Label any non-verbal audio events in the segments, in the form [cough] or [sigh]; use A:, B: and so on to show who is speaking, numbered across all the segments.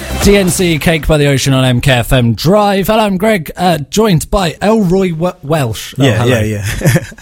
A: TNC Cake by the Ocean on MKFM Drive. Hello, I'm Greg, uh, joined by Elroy w- Welsh. Oh,
B: yeah,
A: hello.
B: yeah, yeah. [laughs]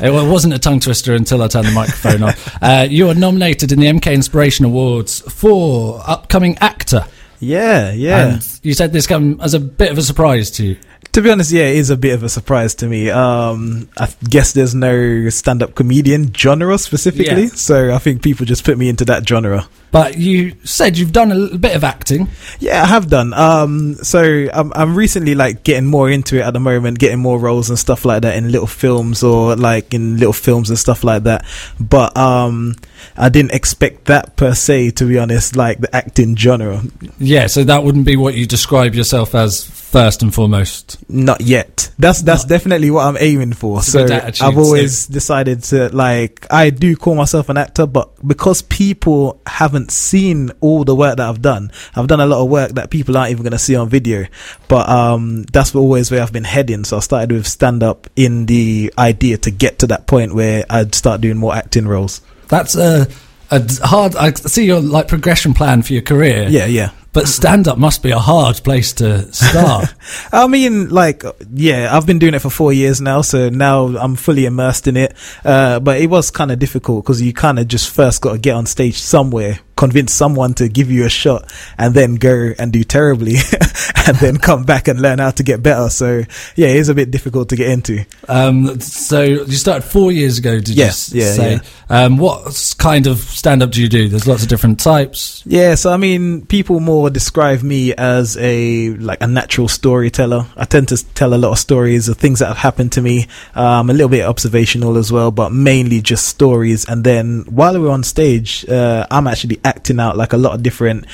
A: It wa- wasn't a tongue twister until I turned the microphone on. Uh, you are nominated in the MK Inspiration Awards for upcoming actor.
B: yeah, yeah.
A: And you said this come as a bit of a surprise to you.
B: to be honest, yeah, it is a bit of a surprise to me. Um, I guess there's no stand-up comedian genre specifically,
A: Yeah.
B: so I think people just put me into that genre.
A: But you said you've done a little bit of acting.
B: Yeah, I have done. Um, so I'm I'm recently like getting more into it at the moment, getting more roles and stuff like that in little films or like in little films and stuff like that. But um, I didn't expect that per se. To be honest, like the acting genre,
A: Yeah, so that wouldn't be what you describe yourself as first and foremost.
B: not yet. That's that's definitely what I'm aiming for.
A: It's a
B: so
A: good attitude,
B: I've always decided to like I do call myself an actor, but because people haven't seen all the work that I've done, I've done a lot of work that people aren't even going to see on video. But um, that's always where I've been heading. So I started with stand up in the idea to get to that point where I'd start doing more acting roles.
A: That's
B: uh,
A: a, a d- hard. I see your like progression plan for your career.
B: Yeah, yeah.
A: But stand up must be a hard place to start.
B: [laughs] I mean, like, yeah, I've been doing it for four years now, so now I'm fully immersed in it. Uh, but it was kind of difficult because you kind of just first got to get on stage somewhere, convince someone to give you a shot, and then go and do terribly, [laughs] and then come back and learn how to get better. So yeah, it is a bit difficult to get into.
A: um, so you started four years ago, did you
B: Yeah,
A: s-
B: yeah,
A: say?
B: yeah.
A: Um, what s- kind of stand up do you do? There's lots of different types.
B: Yeah, so I mean, people more describe me as a like a natural storyteller. I tend to tell a lot of stories of things that have happened to me. Um, a little bit observational as well, but mainly just stories. And then while we're on stage, uh, I'm actually acting out like a lot of different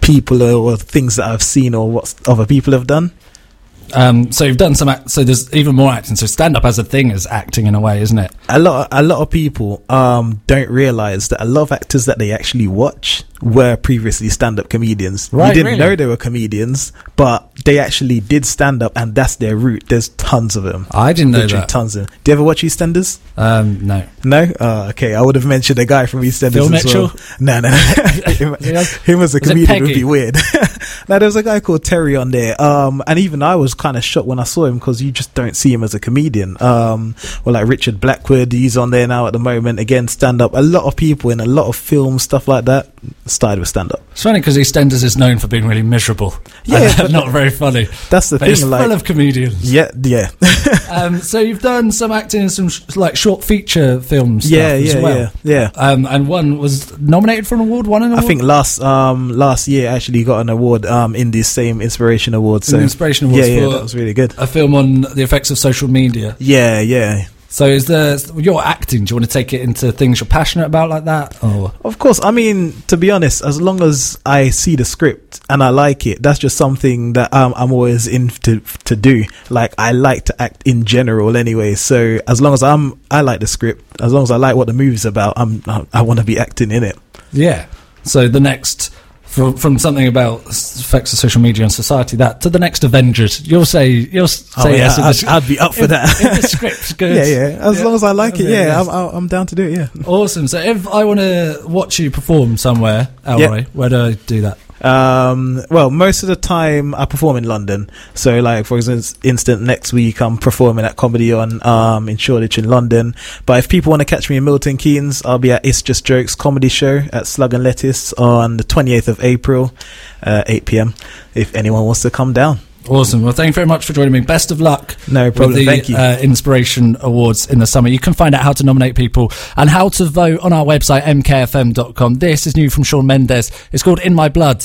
B: people or things that I've seen or what other people have done.
A: Um, so you've done some. Act- so there's even more acting. So stand up as a thing is acting in a way, isn't it?
B: a lot a lot of people um don't realize that a lot of actors that they actually watch were previously stand-up comedians
A: Right,
B: we didn't
A: really?
B: know they were comedians but they actually did stand up and that's their route there's tons of them
A: I didn't know
B: Literally
A: that.
B: tons of them do you ever watch eastenders
A: Um, no.
B: no uh, okay i would have mentioned a guy from eastenders
A: Phil
B: as well.
A: Mitchell?
B: no no [laughs] him,
A: [laughs] Yeah.
B: him
A: Was
B: as a
A: it
B: comedian would
A: Peggy?
B: be weird [laughs] now there was a guy called terry on there um and even i was kind of shocked when i saw him because you just don't see him as a comedian um well like richard blackwood he's on there now at the moment again stand up a lot of people in a lot of films stuff like that started with stand up
A: It's funny because EastEnders is known for being really miserable. Uh,
B: Yeah,
A: [laughs]
B: but-
A: not very funny.
B: that's the
A: But it's
B: thing like
A: full of
B: [laughs]
A: comedians.
B: yeah yeah
A: Um, so you've done some acting in some sh- like short feature films.
B: yeah
A: stuff as
B: yeah
A: well.
B: yeah yeah
A: Um, and one was nominated for an award. Won an
B: I
A: award.
B: think last um last year I actually got an award um in the same inspiration award so
A: an inspiration
B: yeah
A: awards
B: yeah
A: for
B: that was really good
A: a film on the effects of social media.
B: yeah yeah
A: So is there your acting? Do you want to take it into things you're passionate about like that? Or
B: Of course, I mean to be honest, as long as I see the script and I like it, that's just something that um, I'm always in to to do. Like I like to act in general anyway, so as long as I'm I like the script, as long as I like what the movie's about, I'm I, I want to be acting in it.
A: yeah. So the next. From, from something about s- effects of social media on society, that to the next Avengers, you'll say you'll s- say
B: Oh, yeah,
A: yes. if the
B: I'd,
A: sh-
B: I'd be up for
A: if-
B: that. [laughs]
A: if the script's good,
B: yeah, yeah. As
A: Yeah.
B: long as I like it,
A: Okay,
B: yeah,
A: yes.
B: I'm I'm I'm down to do it. Yeah.
A: Awesome. So if I want to watch you perform somewhere, Elroy, where do I do that?
B: Um, well, most of the time I perform in London. So, like for instance, instant next week I'm performing at Comedy on um, in Shoreditch in London. But if people want to catch me in Milton Keynes, I'll be at It's Just Jokes comedy show at Slug and Lettuce on the 28th of April, uh, 8 p.m. If anyone wants to come down,
A: Awesome. Well, thank you very much for joining me. Best of luck.
B: no problem.
A: With the
B: Thank you.
A: Uh, Inspiration Awards in the summer. You can find out how to nominate people and how to vote on our website, mkfm.com. This is new from Sean Mendes. It's called In My Blood.